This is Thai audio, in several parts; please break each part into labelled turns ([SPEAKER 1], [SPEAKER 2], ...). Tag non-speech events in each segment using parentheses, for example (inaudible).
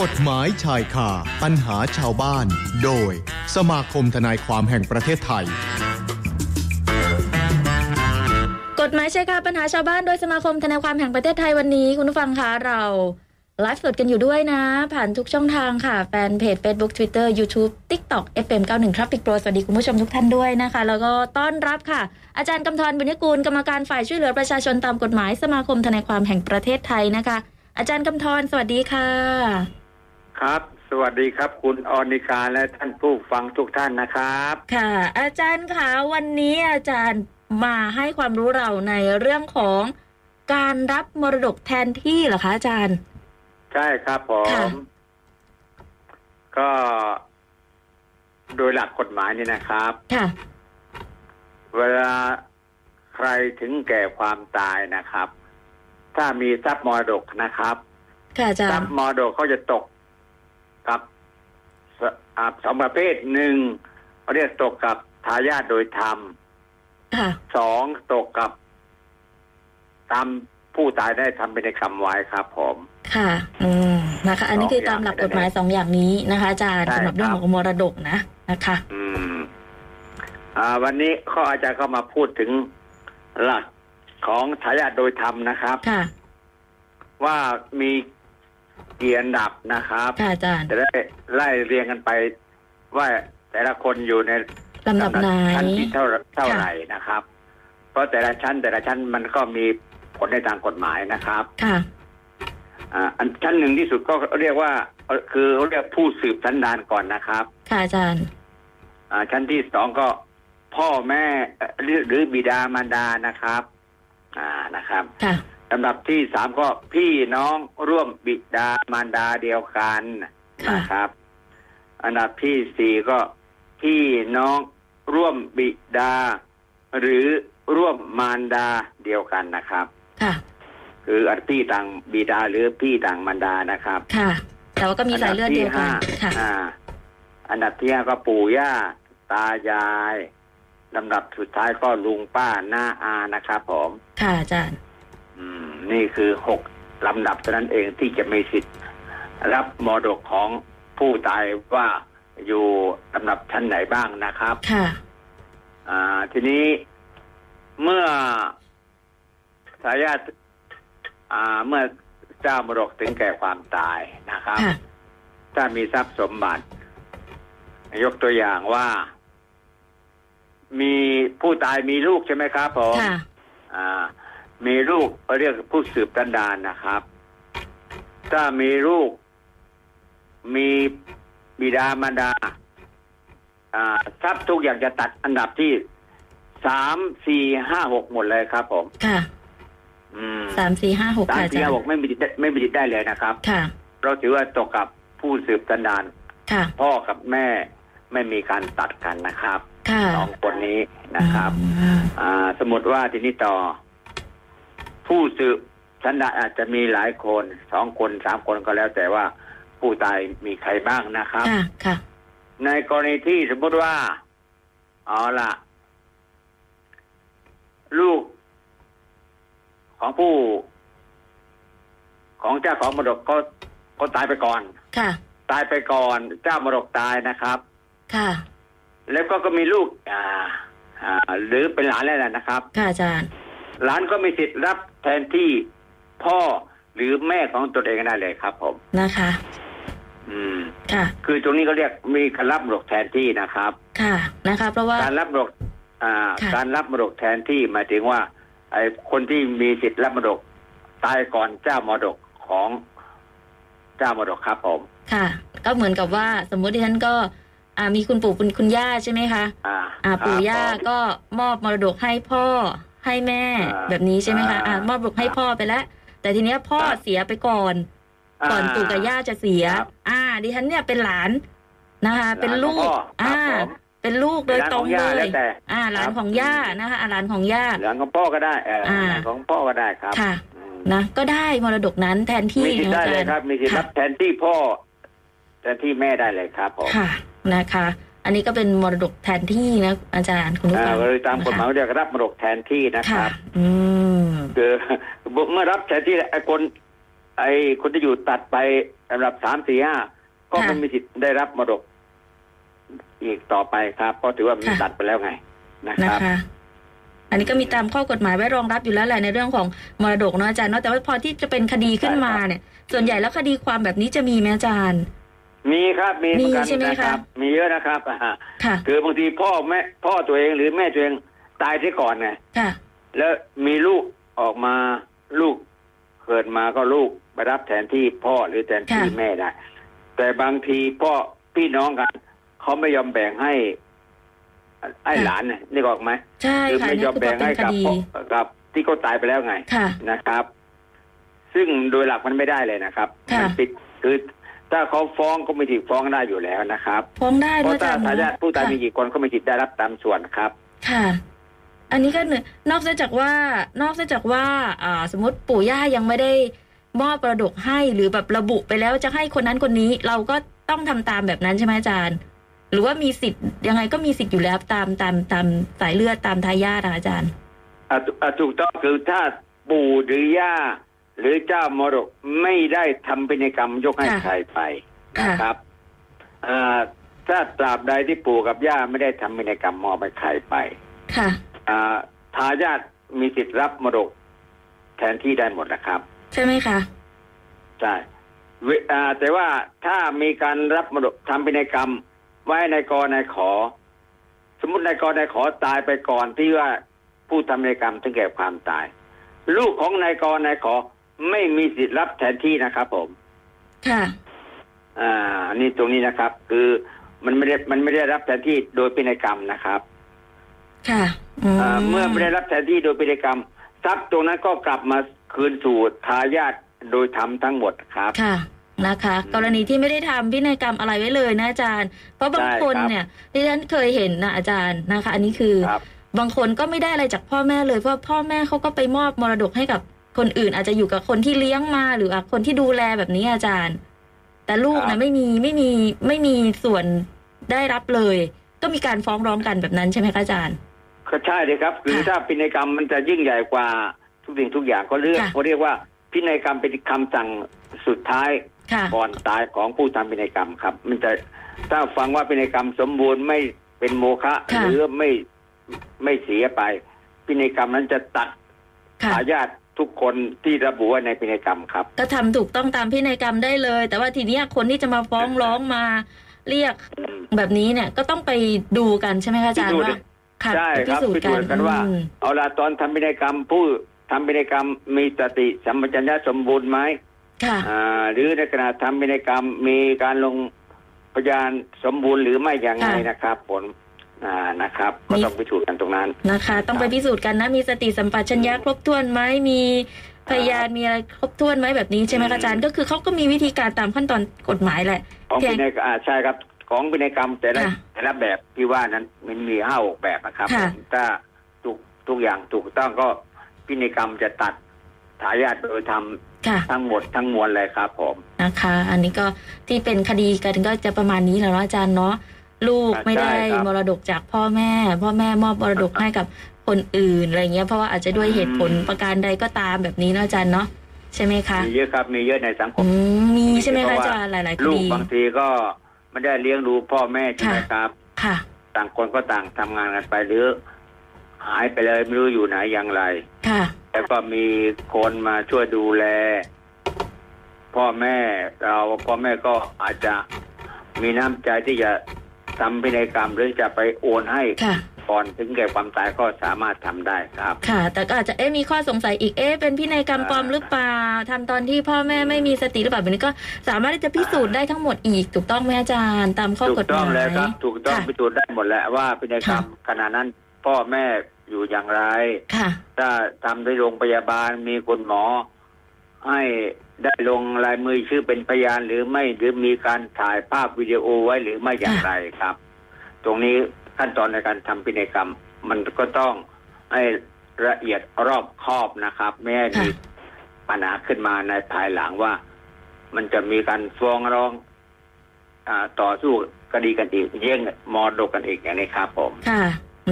[SPEAKER 1] กฎหมายชายคาปัญหาชาวบ้าน โดย สมาคมทนายความแห่งประเทศไทย
[SPEAKER 2] กฎหมายชายคาปัญหาชาวบ้านโดยสมาคมทนายความแห่งประเทศไทยวันนี้ คุณผู้ฟังคะเราไลฟ์สดกันอยู่ด้วยนะ ผ่านทุกช่องทางค่ะ แฟนเพจ Facebook Twitter YouTube TikTok FM 91 Traffic Pro สวัสดีคุณผู้ชมทุกท่านด้วยนะคะ แล้วก็ต้อนรับค่ะ อาจารย์กำธรบุญยกูลกรรมการฝ่ายช่วยเหลือประชาชนตามกฎหมายสมาคมทนายความแห่งประเทศไทยนะคะ อาจารย์กำธรสวัสดีค่ะ
[SPEAKER 3] ครับ สวัสดีครับ คุณออนิกาและท่านผู้ฟังทุกท่านนะครับ
[SPEAKER 2] ค่ะ อาจารย์คะวันนี้อาจารย์มาให้ความรู้เราในเรื่องของการรับมรดกแทนที่เหรอคะอาจารย์
[SPEAKER 3] ใช่ครับผม
[SPEAKER 2] ค่ะ
[SPEAKER 3] ก็ โดยหลักกฎหมายนี่นะครับ
[SPEAKER 2] ค่ะ
[SPEAKER 3] เวลาใครถึงแก่ความตายนะครับ ถ้ามีทรัพย์มรดกนะครับ
[SPEAKER 2] ค่ะอาจา
[SPEAKER 3] ทรั
[SPEAKER 2] ร
[SPEAKER 3] พ
[SPEAKER 2] ย์
[SPEAKER 3] ย์มรดกเขาจะตกกับสอ่าสองประเภทหนึ่งเขาเรียกตกกับทายาทโดยธรรม
[SPEAKER 2] ค่ะ
[SPEAKER 3] สองตกกับตามผู้ตายได้ทำเป็นกรรมไว้ครับ ผม
[SPEAKER 2] ค่ะ อืม นะคะ อันนี้
[SPEAKER 3] สอง
[SPEAKER 2] คือตามหลักกฎหมายสองอย่างนี้นะคะอาจารย์
[SPEAKER 3] ใช่
[SPEAKER 2] สำหรับเรื่อง
[SPEAKER 3] ค
[SPEAKER 2] ข
[SPEAKER 3] รับ
[SPEAKER 2] องมรดกนะนะคะ
[SPEAKER 3] อืม อ่า วันนี้ข้ออาจารย์เข้ามาพูดถึงหลักของทายาทโดยธรรมนะครับ
[SPEAKER 2] ค่ะ
[SPEAKER 3] ว่ามีเกียรติดับนะครับ
[SPEAKER 2] ค่ะอาจารย์
[SPEAKER 3] จะได้ไล่เรียงกันไป ว่าแต่ละคนอยู่ใน
[SPEAKER 2] ลำดับไหน
[SPEAKER 3] ชั้นที่เท่าเท่าไหร่นะครับ เพราะแต่ละชั้น แต่ละชั้นมันก็มีผลในทางกฎหมายนะครับ
[SPEAKER 2] ค่ะ
[SPEAKER 3] อ่าอันชั้นหนึ่งที่สุดก็เรียกว่าเอ่อคือเขาเรียกผู้สืบสันดานก่อนนะครับ
[SPEAKER 2] ค่ะอาจารย์
[SPEAKER 3] อ่าชั้นที่สองก็พ่อแม่เอ่อหรือหรือบิดามารดานะครับ อ่านะครับ
[SPEAKER 2] ค่ะ
[SPEAKER 3] ลำดับที่สามก็พี่น้องร่วมบิดามารดาเดียวกัน
[SPEAKER 2] ค่ะ
[SPEAKER 3] นะครับ อันดับที่สี่ก็พี่น้องร่วมบิดา หรือร่วมมารดาเดียวกันนะครับ
[SPEAKER 2] ค่ะ
[SPEAKER 3] คืออันพี่ต่างบิดาหรือพี่ต่างมารดานะครับ
[SPEAKER 2] ค่ะ แต่ว่าก็มีสายเลือดเดียวกัน ค่ะ
[SPEAKER 3] อ่า อันดับที่ห้าก็ปู่ย่า ตายายลำดับสุดท้ายก็ลุงป้าหน้าอานะครับผม
[SPEAKER 2] ค่ะอาจารย์
[SPEAKER 3] อืม นี่คือหกลำดับเท่านั้นเองที่จะมีสิทธิ์ รับมรดกของผู้ตายว่าอยู่ลำดับชั้นไหนบ้างนะครับ
[SPEAKER 2] ค่ะ
[SPEAKER 3] อ่า ทีนี้เมื่อทายาทอ่า เมื่อเจ้ามรดกถึงแก่ความตายนะครับ
[SPEAKER 2] ค่ะ
[SPEAKER 3] ถ้ามีทรัพย์สมบัติ ยกตัวอย่างว่า มีผู้ตายมีลูกใช่ไหมครับผม
[SPEAKER 2] ค่ะ
[SPEAKER 3] อ่า มีลูกเรียกผู้สืบตันดานนะครับ ถ้ามีลูก มีบิดามารดา อ่า ทรัพย์ทุกอย่างจะตัดอันดับที่สามสี่ห้าหกหมดเลยครับผม
[SPEAKER 2] ค่ะ
[SPEAKER 3] อืม
[SPEAKER 2] สามสี่ห้าหก
[SPEAKER 3] สาม
[SPEAKER 2] ค่ะอาจา
[SPEAKER 3] สี่
[SPEAKER 2] ร
[SPEAKER 3] ห้า
[SPEAKER 2] ย์
[SPEAKER 3] หกไม่มีสิทธิ์ได้ไม่มีสิทธิ์ได้เลยนะครับ
[SPEAKER 2] ค่ะ
[SPEAKER 3] เราถือว่าตกกับผู้สืบตันดาน
[SPEAKER 2] ค่ะ
[SPEAKER 3] พ่อกับแม่ไม่มีการตัดกันนะครับ
[SPEAKER 2] ค่ะ
[SPEAKER 3] สองคนนี้นะครับ
[SPEAKER 2] อ่า
[SPEAKER 3] อ่า สมมติว่าทีนี้ต่อ ผู้สืบสันดานอาจจะมีหลายคนสองคนสามคนก็แล้ว แต่ว่าผู้ตายมีใครบ้างนะครับ
[SPEAKER 2] ค่ะ ค่ะ
[SPEAKER 3] ในกรณีที่สมมติว่า เอาล่ะ ลูก ของผู้ ของเจ้าของมรดกก็ก็ตายไปก่อน
[SPEAKER 2] ค่ะ
[SPEAKER 3] ตายไปก่อน เจ้ามรดกตายนะครับ
[SPEAKER 2] ค่ะ
[SPEAKER 3] แล้วก็ก็มีลูก อ่า อ่า หรือเป็นหลานแล้วนะครับ
[SPEAKER 2] ค่ะอาจารย์
[SPEAKER 3] หลานก็มีสิทธิ์รับแทนที่พ่อหรือแม่ของตนเองได้เลยครับ ผม
[SPEAKER 2] นะคะ
[SPEAKER 3] อืม
[SPEAKER 2] ค่ะ
[SPEAKER 3] คือตรงนี้ก็เรียกมีการรับมรดกแทนที่นะครับ
[SPEAKER 2] ค่ะ นะคะ เพราะว่า
[SPEAKER 3] การรับมรดกอ่า
[SPEAKER 2] ค่ะ
[SPEAKER 3] การรับมรดกแทนที่หมายถึงว่า ไอ้คนที่มีสิทธิ์รับมรดกตายก่อนเจ้ามรดกของเจ้ามรดกครับ ผม
[SPEAKER 2] ค่ะ ก็เหมือนกับว่าสมมุติดิฉันก็อ่ามีคุณปู่คุณคุณย่าใช่ไหมคะ
[SPEAKER 3] อ่า
[SPEAKER 2] อ่าปู่ย่า
[SPEAKER 3] ครับผม
[SPEAKER 2] ก็มอบมรดกให้พ่อให้แม่
[SPEAKER 3] อ่า
[SPEAKER 2] แบบนี้ใช่ไหมคะอ่า
[SPEAKER 3] อ่าม ม
[SPEAKER 2] อบมรดกให้พ่อไปแล้ว แต่ทีเนี้ยพ่อ
[SPEAKER 3] ครับ
[SPEAKER 2] เสียไปก่อน ก่อนปู่กับย่าจะเสีย
[SPEAKER 3] ครับ
[SPEAKER 2] อ่า ดิฉันเนี่ยเป็นหลานนะคะ
[SPEAKER 3] หลาน
[SPEAKER 2] เป็นลู
[SPEAKER 3] ข
[SPEAKER 2] ก
[SPEAKER 3] องพ่ออ่
[SPEAKER 2] อ่า
[SPEAKER 3] ครับผม
[SPEAKER 2] เป็นลูกโดยตรง
[SPEAKER 3] ห
[SPEAKER 2] เล
[SPEAKER 3] ลานของย่ายแล้วแต่
[SPEAKER 2] อ่า หลาน
[SPEAKER 3] ครับ
[SPEAKER 2] ของย่านะคะอ่าหลานของย่า
[SPEAKER 3] หลานของพ่อก็ได้เออ
[SPEAKER 2] อ่า
[SPEAKER 3] หลานของพ่อก็ได้ครับ
[SPEAKER 2] ค่ะ
[SPEAKER 3] อืม
[SPEAKER 2] นะ ก็ได้มรดกนั้นแทนที่
[SPEAKER 3] มีสิทธิ์
[SPEAKER 2] นะ
[SPEAKER 3] ได้
[SPEAKER 2] อาจา
[SPEAKER 3] เล
[SPEAKER 2] ร
[SPEAKER 3] ย
[SPEAKER 2] ย์
[SPEAKER 3] ครับ มีสิทธิ์รับแทนที่พ่อแทนที่แม่ได้เลยครับผม
[SPEAKER 2] ค่ะนะคะ อันนี้ก็เป็นมรดกแทนที่นะ อาจารย์คุณผู้
[SPEAKER 3] อ่า
[SPEAKER 2] ฟัง
[SPEAKER 3] โดยตามกฎหมายเรียกรับมรดกแทนที่นะค
[SPEAKER 2] ค่ะ
[SPEAKER 3] รับ
[SPEAKER 2] อืม
[SPEAKER 3] (laughs) คือเมื่อรับแทนที่แล้วไอ้คน ไอ้คนที่อยู่ตัดไปลำดับสามสี่ห้าก็ไม่
[SPEAKER 2] ค่ะ
[SPEAKER 3] มีสิทธิ์ได้รับมรดกอีกต่อไปครับ เพราะถือว่ามัน
[SPEAKER 2] ค่ะ
[SPEAKER 3] ตัดไปแล้วไงนะค
[SPEAKER 2] นะ
[SPEAKER 3] รับ
[SPEAKER 2] คะ อันนี้ก็มีตามข้อกฎหมายไว้รองรับอยู่แล้วแหละในเรื่องของมรดกเนาะอาจารย์เนาะแต่ว่าพอที่จะเป็นคดีขึ้นมาเนี่ย ส่วนใหญ่แล้วคดีความแบบนี้จะมีไหมอาจารย์
[SPEAKER 3] มีครับมี
[SPEAKER 2] มี
[SPEAKER 3] เหมือนกัน
[SPEAKER 2] ใช่ไหม
[SPEAKER 3] นะค
[SPEAKER 2] คะ
[SPEAKER 3] รับ มีเยอะนะครับ (laughs) อ่าฮะ
[SPEAKER 2] ค่ะ
[SPEAKER 3] คือบางทีพ่อแม่พ่อตัวเองหรือแม่ตัวเองตายเสียก่อนไง
[SPEAKER 2] ค่ะ
[SPEAKER 3] แล้วมีลูกออกมาลูกเกิดมาก็ลูกไปรับแทนที่พ่อหรือแทนที่
[SPEAKER 2] ค่ะ
[SPEAKER 3] แม่ได้แต่บางทีพ่อพี่น้องกันเขาไม่ยอมแบ่งให้ไอ้หลานน่ะนี่ออกไหม
[SPEAKER 2] ใช่
[SPEAKER 3] คือ
[SPEAKER 2] ค่ะ
[SPEAKER 3] ไม่
[SPEAKER 2] นี่คือ
[SPEAKER 3] ย
[SPEAKER 2] อ
[SPEAKER 3] ม
[SPEAKER 2] พอ
[SPEAKER 3] แบ่ง
[SPEAKER 2] เป็
[SPEAKER 3] ให้
[SPEAKER 2] นค
[SPEAKER 3] กับ
[SPEAKER 2] ดี
[SPEAKER 3] พ่อกับที่เขาตายไปแล้วไง
[SPEAKER 2] ค่ะ
[SPEAKER 3] นะครับ ซึ่งโดยหลักมันไม่ได้เลยนะครับ
[SPEAKER 2] ค่ะ
[SPEAKER 3] มัปิดคือถ้าเขาฟ้องก็มีสิทธิ์ฟ้องได้อยู่แล้วนะครับ
[SPEAKER 2] ฟ้องได้
[SPEAKER 3] เพ
[SPEAKER 2] ด้วยอา
[SPEAKER 3] ราะถ้า
[SPEAKER 2] จารย์
[SPEAKER 3] ทายาท
[SPEAKER 2] เนาะ
[SPEAKER 3] ผู้ตาย
[SPEAKER 2] ค่ะ
[SPEAKER 3] มีกี่คนก็มีสิทธิ์ได้รับตามส่วนครับ
[SPEAKER 2] ค่ะ อันนี้ก็หนึ่งนอกจากว่านอกจากว่าอ่า สมมติปู่ย่ายังไม่ได้มอบประดกให้หรือแบบระบุไปแล้วจะให้คนนั้นคนนี้ เราก็ต้องทำตามแบบนั้นใช่ไหมอาจารย์ หรือว่ามีสิทธิ์ยังไงก็มีสิทธิ์อยู่แล้วตามตามตามสายเลือดตามทายาทอะอาจารย์
[SPEAKER 3] อ่ะถูอ่ะถูกต้องคือถ้าปู่หรือย่าหรือเจ้ามรดกไม่ได้ทำพินัยกรรมยกให้
[SPEAKER 2] ค่ะ
[SPEAKER 3] ใครไป
[SPEAKER 2] ค่ะ
[SPEAKER 3] นะครับอ่าถ้าตราบใดที่ปู่กับย่าไม่ได้ทำพินัยกรรมมอบให้ใครไป
[SPEAKER 2] ค่ะ
[SPEAKER 3] อ่าทายาทมีสิทธิ์รับมรดกแทนที่ได้หมดนะครับ
[SPEAKER 2] ใช่ไหมคะ
[SPEAKER 3] ใช่เวอ่าแต่ว่าถ้ามีการรับมรดกทำพินัยกรรม ไว้ในายกรนายขอ สมมตินายกรนายขอตายไปก่อนที่ว่าผู้ทำพินัยกรรมถึงแก่ความตาย ลูกของนายกรนายขอไม่มีสิทธิ์รับแทนที่นะครับ ผม
[SPEAKER 2] ค่ะ
[SPEAKER 3] อ่าอันนี่ตรงนี้นะครับ คือมันไม่ได้มันไม่ได้รับแทนที่โดยพินัยกรรมนะครับ
[SPEAKER 2] ค่ะ
[SPEAKER 3] อ่าเมื่อไม่ได้รับแทนที่โดยพิธีกรรม ทรัพย์ตรงนั้นก็กลับมาคืนสู่ทายาทโดยธรรมทั้งหมดครับ
[SPEAKER 2] ค่ะนะคะ
[SPEAKER 3] อืม
[SPEAKER 2] กรณีที่ไม่ได้ทำพินัยกรรมอะไรไว้เลยนะอาจารย์ เพราะบาง
[SPEAKER 3] ใช่
[SPEAKER 2] คน
[SPEAKER 3] ครับ
[SPEAKER 2] เนี่ยที่ฉันเคยเห็นนะอาจารย์นะคะ อันนี้คือ
[SPEAKER 3] ครับ
[SPEAKER 2] บางคนก็ไม่ได้อะไรจากพ่อแม่เลยเพราะพ่อแม่เขาก็ไปมอบมรดกให้กับคนอื่น อาจจะอยู่กับคนที่เลี้ยงมาหรืออ่ะคนที่ดูแลแบบนี้อาจารย์ แต่ลูก
[SPEAKER 3] ครั
[SPEAKER 2] นะ
[SPEAKER 3] บ
[SPEAKER 2] ไม่มีไม่มีไม่มีส่วนได้รับเลย ก็มีการฟ้องร้องกันแบบนั้นใช่ไหมคะอาจารย์
[SPEAKER 3] ก็ใช่เลยครับ คือ
[SPEAKER 2] ค่ะ
[SPEAKER 3] ถ้าพินัยกรรมมันจะยิ่งใหญ่กว่าทุกสิ่งทุกอย่างก็เรื่อง
[SPEAKER 2] ค่ะ
[SPEAKER 3] เขาเรียกว่าพินัยกรรมเป็นคำสั่งสุดท้าย
[SPEAKER 2] ค่ะ
[SPEAKER 3] ก่อนตายของผู้ทำพินัยกรรมครับ มันจะถ้าฟังว่าพินัยกรรมสมบูรณ์ไม่เป็นโมฆะ
[SPEAKER 2] ค่ะ
[SPEAKER 3] หรือไม่ไม่เสียไป พินัยกรรมนั้นจะตัด
[SPEAKER 2] ค่ะ
[SPEAKER 3] ทายาททุกคนที่ระบุไว้ในพินัยกรรมครับ
[SPEAKER 2] ก็ทำถูกต้องตามพินัยกรรมได้เลย แต่ว่าทีเนี้ยคนที่จะมาฟ้องร้องมา เรียกแบบนี้เนี่ย ก็ต้องไปดูกันใช่ไหมคะอาจารย์ว่าค่ะ
[SPEAKER 3] ใช่
[SPEAKER 2] ไปพิ
[SPEAKER 3] ครับ
[SPEAKER 2] สูจ
[SPEAKER 3] พิ
[SPEAKER 2] น์กั
[SPEAKER 3] สู
[SPEAKER 2] น
[SPEAKER 3] จน์กันว่า
[SPEAKER 2] อืม
[SPEAKER 3] เอาละตอนทำพินัยกรรมผู้ทำพินัยกรรมมีสติสัมปชัญญะสมบูรณ์ไหม
[SPEAKER 2] ค่ะ
[SPEAKER 3] อ่า หรือในขณะทำพินัยกรรมมีการลงพยานสมบูรณ์หรือไม่อย่างไร
[SPEAKER 2] ค่ะ
[SPEAKER 3] นะครับผลอ่านะครับ ก็
[SPEAKER 2] มี
[SPEAKER 3] ต้องพิสูจน์กันตรงนั้น
[SPEAKER 2] นะคะ ต้อง
[SPEAKER 3] ค
[SPEAKER 2] ไป
[SPEAKER 3] รับ
[SPEAKER 2] พิสูจน์กันนะ มีสติสัมปชัญญะครบถ้วนไหมมีพยานมีอะไรครบถ้วนไหมแบบนี้ใช่ไหม
[SPEAKER 3] อืม
[SPEAKER 2] คะอาจารย์ก็คือเขาก็มีวิธีการตามขั้นตอนกฎหมายแหละ
[SPEAKER 3] ของ
[SPEAKER 2] เพียง
[SPEAKER 3] พินัยอ่าใช่ครับ ของพินัยกรรมแต่ละ
[SPEAKER 2] ค่ะ
[SPEAKER 3] แต่ละแบบที่ว่านั้นมันมีห้าหกแบบนะครับ
[SPEAKER 2] ค่ะ
[SPEAKER 3] ถ้าทุกทุกอย่างถูกต้องก็พินัยกรรมจะตัดทายาทโดยท
[SPEAKER 2] ค่ะ
[SPEAKER 3] ำทั้งหมดทั้งมวลเลยครับผม
[SPEAKER 2] นะคะ อันนี้ก็ที่เป็นคดีกันก็จะประมาณนี้แหล้วเนาะอาจารย์เนาะลูกไม่ได้
[SPEAKER 3] ใช่ครับ
[SPEAKER 2] มรดกจากพ่อแม่ พ่อแม่มอบมรดกให้กับคนอื่นอะไรเงี้ยเพราะว่าอาจจะด้วยเหตุผล
[SPEAKER 3] อืม
[SPEAKER 2] ประการใดก็ตามแบบนี้เนาะอาจารย์เนาะใช่ไหมคะ
[SPEAKER 3] มีเยอะครับมีเยอะในสังคม
[SPEAKER 2] อืมมีใช่ไหมคะ
[SPEAKER 3] เพราะว่า
[SPEAKER 2] อาจารย์หลายๆค
[SPEAKER 3] ลูก
[SPEAKER 2] ดี
[SPEAKER 3] บางทีก็ไม่ได้เลี้ยงดูพ่อแม่ใช่ไหม
[SPEAKER 2] ค่ะ
[SPEAKER 3] ครับ
[SPEAKER 2] ค่ะ
[SPEAKER 3] ต่างคนก็ต่างทำงานกันไปหรือ หายไปเลยไม่รู้อยู่ไหนอย่างไร
[SPEAKER 2] ค่ะ
[SPEAKER 3] แล้วก็มีคนมาช่วยดูแล พ่อแม่เราพ่อแม่ก็อาจจะมีน้ำใจที่จะทำพินัยกรรมหรือจะไปโอนให้
[SPEAKER 2] ค่ะ
[SPEAKER 3] ก่อนถึงแก่ความตายก็สามารถทำได้ครับ
[SPEAKER 2] ค่ะ แต่ก็อาจจะเอ๊ะมีข้อสงสัยอีกเอ๊ะเป็นพินัยกรรมปลอมหรือเปล่าทำตอนที่พ่อแม่ไม่มีสติหรือเปล่าแบบนี้ก็สามารถที่จะพิสูจน์ได้ทั้งหมดอีกถูกต้องไหมอาจารย์ ตามข้อ
[SPEAKER 3] ถู
[SPEAKER 2] ก
[SPEAKER 3] ก
[SPEAKER 2] ฎห
[SPEAKER 3] ต้อ
[SPEAKER 2] มาง
[SPEAKER 3] แล้
[SPEAKER 2] ย
[SPEAKER 3] วครับ ถูกต้อง
[SPEAKER 2] ค่ะ
[SPEAKER 3] พิสูจน์ได้หมดแล้วว่าพินัยกรรม
[SPEAKER 2] ค่ะ
[SPEAKER 3] ขณะนั้น พ่อแม่อยู่อย่างไร
[SPEAKER 2] ค่ะ
[SPEAKER 3] ถ้าทำที่โรงพยาบาลมีคุณหมอ ให้ได้ลงลายมือชื่อเป็นพยานหรือไม่หรือมีการถ่ายภาพวิดีโอไว้หรือไม่อย่างไรครับ ตรงนี้ขั้นตอนในการทำพินัยกรรม มันก็ต้องให้ละเอียดรอบคอบนะครับ ไม่ให้มี
[SPEAKER 2] ค่ะ
[SPEAKER 3] ปัญหาขึ้นมาในภายหลังว่า มันจะมีการฟ้องร้องอาต่อสู้คดีกันอีกเย่งมอดกกันอีกอย่างนี้ครับผม
[SPEAKER 2] ค่ะ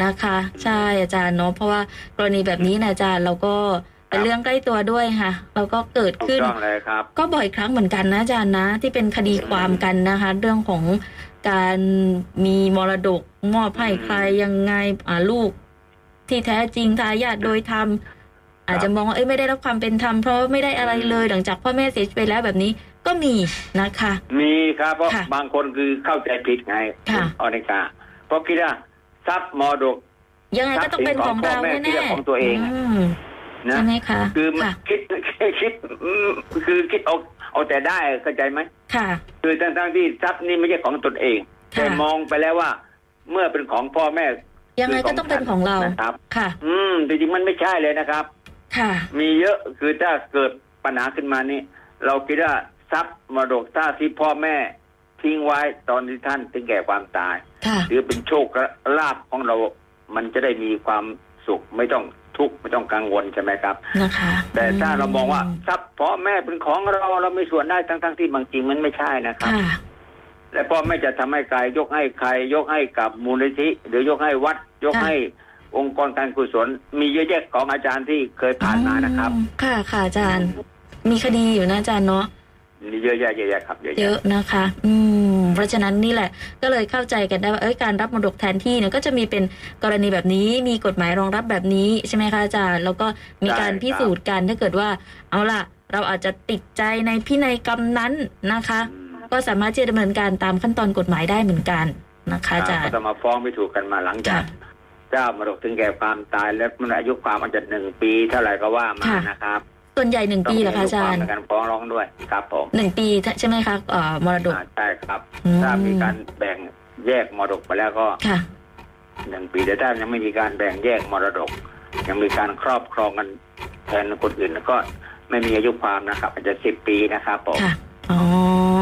[SPEAKER 2] นะคะ ใช่อาจารย์เนาะเพราะว่ากรณีแบบนี้นะอาจารย์เราก็ เป็นเรื่องใกล้ตัวด้วยค่ะ เราก็เกิด
[SPEAKER 3] ถูก
[SPEAKER 2] ขึ้น
[SPEAKER 3] ต้องเลยครับ
[SPEAKER 2] ก็บ่อยครั้งเหมือนกันนะอาจารย์นะ ที่เป็นคดีความกันนะคะ เรื่องของการมีมรดกมอบให้ใครยังไงอ่าลูก ที่แท้จริงทายาทโดยธรรมอาจจะมองว่าเอ้ยไม่ได้รับความเป็นธรรมเพราะไม่ได้อะไรเลยหลังจากพ่อแม่เสียชีวิตไปแล้วแบบนี้ก็มีนะคะ
[SPEAKER 3] มีครับเพราะ
[SPEAKER 2] ค่ะ
[SPEAKER 3] บางคนคือเข้าใจผิดไง
[SPEAKER 2] ค่ะ
[SPEAKER 3] ออนิกาเพราะคิดว่าทรัพย์มรดก
[SPEAKER 2] ยังไงก็ต้องเป็นของเรา
[SPEAKER 3] ทรัพย์สิ
[SPEAKER 2] แน่
[SPEAKER 3] นของพ่อแม่ที่เป็นของตัวเองอะ
[SPEAKER 2] ม
[SPEAKER 3] นะ
[SPEAKER 2] ใช่ไหมคะ
[SPEAKER 3] คือมัน
[SPEAKER 2] ค่ะ
[SPEAKER 3] คิด (laughs) คิดคิดอืมคือคิดเอาเอาแต่ได้เข้าใจไหม
[SPEAKER 2] ค่ะ
[SPEAKER 3] คือทั้งทั้งที่ทรัพย์นี่ไม่ใช่ของตนเอง
[SPEAKER 2] ค่ะ
[SPEAKER 3] แต่มองไปแล้วว่า เมื่อเป็นของพ่อแม่
[SPEAKER 2] ยังไงก็ต้องเป็นของเรา
[SPEAKER 3] นะครับ
[SPEAKER 2] ค่ะ
[SPEAKER 3] อืมจริงๆมันไม่ใช่เลยนะครับ
[SPEAKER 2] ค่ะ
[SPEAKER 3] มีเยอะคือถ้าเกิดปัญหาขึ้นมานี่ เราคิดว่าทรัพย์มรดกถ้าที่พ่อแม่ ทิ้งไว้ตอนที่ท่านถึงแก่ความตาย
[SPEAKER 2] ค่ะ
[SPEAKER 3] หรือเป็นโชคลาภของเรา มันจะได้มีความสุขไม่ต้องทุกข์ไม่ต้องกังวลใช่ไหมครับ
[SPEAKER 2] นะคะ
[SPEAKER 3] แต่ถ้าเรามองว่าทรัพย์พ่อแม่เป็นของเราเรามีส่วนได้ทั้งๆที่บางจริงมันไม่ใช่นะครับ
[SPEAKER 2] ค่ะ
[SPEAKER 3] และพ่อแม่จะทำให้ใครยกให้ใคร ยกให้กับมูลนิธิหรือยกให้วัด ยก
[SPEAKER 2] ค่ะ
[SPEAKER 3] ให้องค์กรการกุศล มีเยอะแยะของอาจารย์ที่เคยผ่านมานะครับ
[SPEAKER 2] อ๋อค่ะค่ะอาจารย์ มีคดีอยู่นะอาจารย์เนาะ
[SPEAKER 3] มีเยอะแยะเยอะแยะครับเยอะ
[SPEAKER 2] เยอะ
[SPEAKER 3] แยะ
[SPEAKER 2] นะคะ อืม เพราะฉะนั้นนี่แหละ ก็เลยเข้าใจกันได้ว่าเอ้ยการรับมรดกแทนที่เนี่ยก็จะมีเป็นกรณีแบบนี้ มีกฎหมายรองรับแบบนี้ใช่ไหมคะอาจารย์ แล้วก็มีการพิสูจน์กันถ้าเกิดว่า เอาล่ะ เราอาจจะติดใจในพินัยกรรมนั้นนะคะ
[SPEAKER 3] อืม
[SPEAKER 2] ก็สามารถที่จะดำเนินการตามขั้นตอนกฎหมายได้เหมือนกันนะคะอาจาร
[SPEAKER 3] ก็
[SPEAKER 2] ย์
[SPEAKER 3] ต้องมาฟ้องไปถูกกันมาหลังจา
[SPEAKER 2] ค่ะ
[SPEAKER 3] กเจ้ามรดกถึงแก่ความตายแล้วมันอายุความอาจจะหนึ่งปีเท่าไหร่ก็ว่ามา
[SPEAKER 2] ค่ะ
[SPEAKER 3] นะครับ
[SPEAKER 2] ส่วนใหญ่หนึ่ง
[SPEAKER 3] ต้
[SPEAKER 2] ปี
[SPEAKER 3] งมี
[SPEAKER 2] เหรอคะอาจารย์
[SPEAKER 3] ในการฟ้องร้องด้วยครับผม
[SPEAKER 2] หนึ่งปีใช่ไหมคะเอ่อมรดก
[SPEAKER 3] อ่าใช่ครับ
[SPEAKER 2] อืม
[SPEAKER 3] ถ้ามีการแบ่งแยกมรดกไปแล้วก็
[SPEAKER 2] ค่ะ
[SPEAKER 3] หนึ่งปีแต่ถ้ายังไม่มีการแบ่งแยกมรดก ยังมีการครอบครองกันแทนคนอื่นก็ไม่มีอายุความนะครับ อาจจะสิบปีนะครับผม
[SPEAKER 2] ค่ะ อ๋อ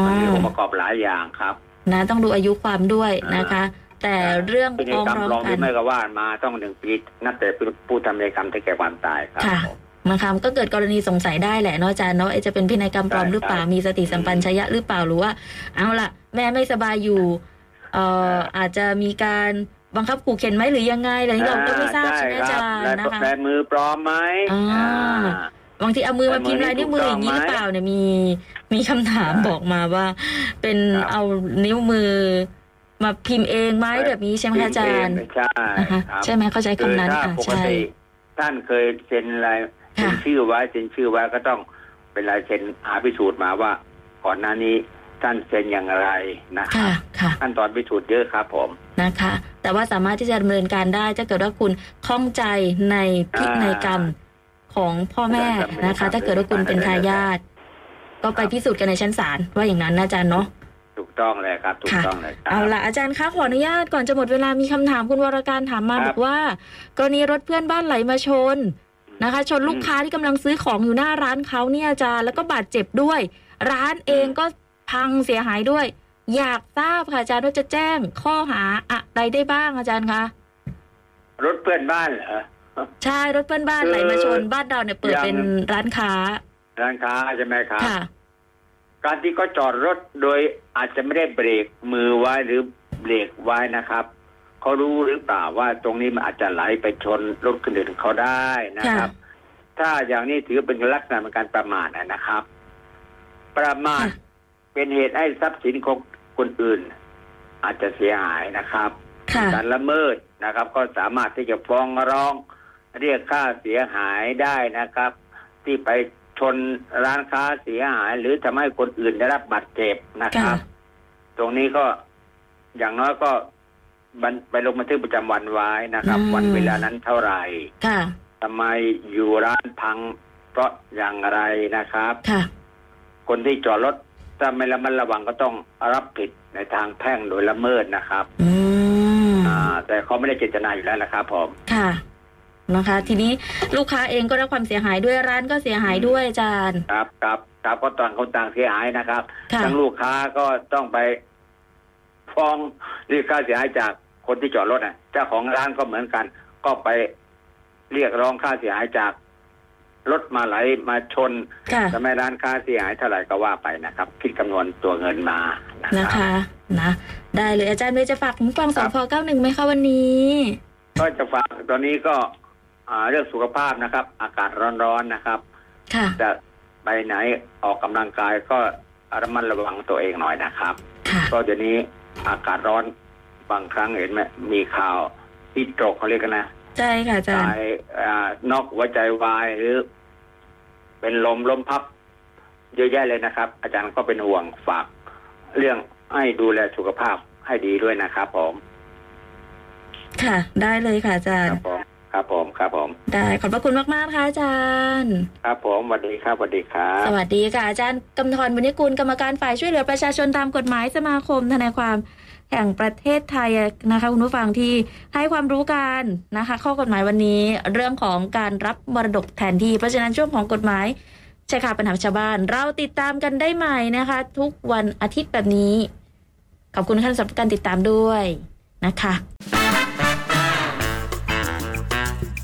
[SPEAKER 3] มันมีองค์ประกอบหลายอย่างครับ
[SPEAKER 2] นะต้องดูอายุความด้วยนะคะ แต่
[SPEAKER 3] อ่า
[SPEAKER 2] เรื่อง
[SPEAKER 3] พิ
[SPEAKER 2] ฟ้
[SPEAKER 3] นัย
[SPEAKER 2] อง
[SPEAKER 3] กรรม
[SPEAKER 2] ร้
[SPEAKER 3] ร
[SPEAKER 2] อ
[SPEAKER 3] อง ง
[SPEAKER 2] กั
[SPEAKER 3] ที่
[SPEAKER 2] น
[SPEAKER 3] ไม่ก็ว่านมาต้องหนึ่งปีนับแต่เป็นผู้ทำพินัยกรรมที่แก่ความตายครับ
[SPEAKER 2] ค่ะ
[SPEAKER 3] ผม
[SPEAKER 2] นะคะก็เกิดกรณีสงสัยได้แหละเนาะอาจารย์เนาะเอ๊ะจะเป็นพินัยกรรมปลอม
[SPEAKER 3] ใช่
[SPEAKER 2] หรือเปล่า
[SPEAKER 3] ใช่
[SPEAKER 2] มีสติสัมปันชัยะหรือเปล่าหรือว่าเอาล่ะ แม่ไม่สบายอยู่เอ่อ
[SPEAKER 3] ใช่
[SPEAKER 2] อาจจะมีการบังคับขู่เข็นไหมหรือยังไงอะไรอย่างนี้เราก็ไม่ทราบ
[SPEAKER 3] อ่
[SPEAKER 2] ใช่ไหมอาจารย์
[SPEAKER 3] และ
[SPEAKER 2] นะคะ
[SPEAKER 3] แปรมือปลอมไหม
[SPEAKER 2] อ่า
[SPEAKER 3] อ่า
[SPEAKER 2] บางทีเอามือมาพิมพ์ลายนิ้วมือ
[SPEAKER 3] แต่
[SPEAKER 2] อ
[SPEAKER 3] มือนี่
[SPEAKER 2] ย่างนี้หรือเปล่าเนี่ยมีมีคำถาม
[SPEAKER 3] ใช่
[SPEAKER 2] บอกมาว่า เป็น
[SPEAKER 3] ครับ
[SPEAKER 2] เอานิ้วมือมาพิมพ์เองไหมแบบนี้ใช่ไหมคะอาจารย์
[SPEAKER 3] พิมพ์เงใช่
[SPEAKER 2] นะคะ
[SPEAKER 3] ครับ
[SPEAKER 2] ใช่ไหมเข้าใจ
[SPEAKER 3] คือ
[SPEAKER 2] คำนั้น
[SPEAKER 3] ถ้า
[SPEAKER 2] ค่ะ
[SPEAKER 3] ปก
[SPEAKER 2] ใช่
[SPEAKER 3] ติท่านเคยเซ็นลาย
[SPEAKER 2] ค่ะ
[SPEAKER 3] เซ็นชื่อไว้เซ็นชื่อไว้ก็ต้องเป็นลายเซ็นหาพิสูจน์มาว่า ก่อนหน้านี้ท่านเซ็นอย่างไรนะครั
[SPEAKER 2] ค่ะ
[SPEAKER 3] บ
[SPEAKER 2] ค่ะ
[SPEAKER 3] ขั้นตอนพิสูจน์เยอะครับผม
[SPEAKER 2] นะคะ แต่ว่าสามารถที่จะดำเนินการได้ถ้าเกิดว่าคุณข้องใจในพินัยกรรมของพ่อแม่นะคะ ถ้าเกิดว่าคุณเป็นทายาทก็ไปพิสูจน์กันในชั้นศาลว่าอย่างนั้นนะอาจารย์เนาะ
[SPEAKER 3] ถูกต้องเลยครับ ถูก
[SPEAKER 2] ค่ะ
[SPEAKER 3] ต้องเลยครับ
[SPEAKER 2] เอาละอาจารย์คะขออนุญาตก่อนจะหมดเวลามีคำถามคุณวรการถามมา
[SPEAKER 3] ค
[SPEAKER 2] บ
[SPEAKER 3] รับ บ
[SPEAKER 2] อกว่า กรณีรถเพื่อนบ้านไหลมาชนนะคะ ชนลูกค้าที่กำลังซื้อของอยู่หน้าร้านเขาเนี่ยอาจารย์แล้วก็บาดเจ็บด้วย ร้านเองก็พังเสียหายด้วย อยากทราบค่ะอาจารย์ว่าจะแจ้งข้อหาอะไรได้บ้างอาจารย์คะ
[SPEAKER 3] รถเพื่อนบ้านเหรอ
[SPEAKER 2] ใช่รถเพื่อนบ้าน
[SPEAKER 3] คือ
[SPEAKER 2] ไหลมาชนบ้านเราเนี่ยเปิด
[SPEAKER 3] ยัง
[SPEAKER 2] เป็นร้านค้า
[SPEAKER 3] ร้านค้าใช่ไหมครับ
[SPEAKER 2] ค่ะ
[SPEAKER 3] การที่เขาจอดรถโดยอาจจะไม่ได้เบรกมือไว้หรือเบรกไว้นะครับเขารู้หรือเปล่าว่าตรงนี้มันอาจจะไหลไปชนรถคนอื่นเขาได้นะครับ ถ้าอย่างนี้ถือเป็นลักษณะของการประมาทนะครับ ประมาท
[SPEAKER 2] ค่ะ
[SPEAKER 3] เป็นเหตุให้ทรัพย์สินของคนอื่น อาจจะเสียหายนะครับ
[SPEAKER 2] ค่ะ
[SPEAKER 3] การละเมิดนะครับ ก็สามารถที่จะฟ้องร้อง เรียกค่าเสียหายได้นะครับ ที่ไปชนร้านค้าเสียหาย หรือทำให้คนอื่นได้รับบาดเจ็บนะครับ
[SPEAKER 2] ค่ะ
[SPEAKER 3] ตรงนี้ก็อย่างน้อยก็บันไปลงบันทึกประจำวันไว้นะครับ
[SPEAKER 2] อืม
[SPEAKER 3] วันเวลานั้นเท่าไหร่
[SPEAKER 2] ค่ะ
[SPEAKER 3] ทำไมอยู่ร้านพังเพราะอย่างไรนะครับ
[SPEAKER 2] ค่ะ
[SPEAKER 3] คนที่จอดรถถ้าไม่ระมัดระวังก็ต้องรับผิดในทางแพ่งโดยละเมิดนะครับ
[SPEAKER 2] อืม
[SPEAKER 3] อ่า แต่เขาไม่ได้เจตนาอยู่แล้วนะครับผม
[SPEAKER 2] ค่ะนะคะ ทีนี้ลูกค้าเองก็ได้ความเสียหายด้วยร้านก็เสียหายด้วยอาจารย์
[SPEAKER 3] ครับครับครับก็ต่างคนต่างเสียหายนะครับ
[SPEAKER 2] ค่ะ
[SPEAKER 3] ทั้งลูกค้าก็ต้องไปฟ้องเรียกค่าเสียหายจากคนที่จอดรถน่ะเจ้าของร้านก็เหมือนกัน ก็ไปเรียกร้องค่าเสียหายจากรถมาไหลมาชน
[SPEAKER 2] ค่ะ
[SPEAKER 3] ทำให้ร้านค้าเสียหายเท่าไหร่ก็ว่าไปนะครับ คิดคำนวณตัวเงินมานะ
[SPEAKER 2] นะครับ คะนะ ได้เลยอาจารย์เมย์จะฝากถึงฟังส
[SPEAKER 3] ครั
[SPEAKER 2] อบ พเก้าหนึ่งไหมคะวันนี้
[SPEAKER 3] ก็จะฝากตอนนี้ก็ อ่าเรื่องสุขภาพนะครับ อากาศร้อนๆนะครับ
[SPEAKER 2] ค่ะ
[SPEAKER 3] จะไปไหนออกกำลังกายก็ระมัดระวังตัวเองหน่อยนะครับ
[SPEAKER 2] ค่ะ
[SPEAKER 3] ก็เดี๋ยวนี้อากาศร้อนบางครั้งเห็นไหมมีข่าวที่ตกเขาเรียกกันนะ
[SPEAKER 2] ใช่ค่ะอาจารย์
[SPEAKER 3] ตายอ่านอกหัวใจวายหรือ เป็นลมล้มพับ เยอะแยะเลยนะครับ อาจารย์ก็เป็นห่วงฝาก เรื่องให้ดูแลสุขภาพให้ดีด้วยนะครับผม
[SPEAKER 2] ค่ะ ได้เลยค่ะอาจา
[SPEAKER 3] ค
[SPEAKER 2] ร
[SPEAKER 3] รั
[SPEAKER 2] ย์
[SPEAKER 3] บผมครับผมครับผม
[SPEAKER 2] ได้ขอบพระคุณมากๆค่ะอาจารย์
[SPEAKER 3] ครับผมสวัสดีครับสวัสดีครับ
[SPEAKER 2] สวัสดีค่ะอาจารย์กำธรบุญยกุลกรรมการฝ่ายช่วยเหลือประชาชนตามกฎหมายสมาคมทนายความแห่งประเทศไทยนะคะคุณผู้ฟังที่ให้ความรู้กันนะคะ ข้อกฎหมายวันนี้เรื่องของการรับมรดกแทนที่ เพราะฉะนั้นช่วงของกฎหมายใช่ค่ะปัญหาชาวบ้าน เราติดตามกันได้ใหม่นะคะ ทุกวันอาทิตย์แบบนี้ ขอบคุณท่านสำหรับการติดตามด้วยนะคะ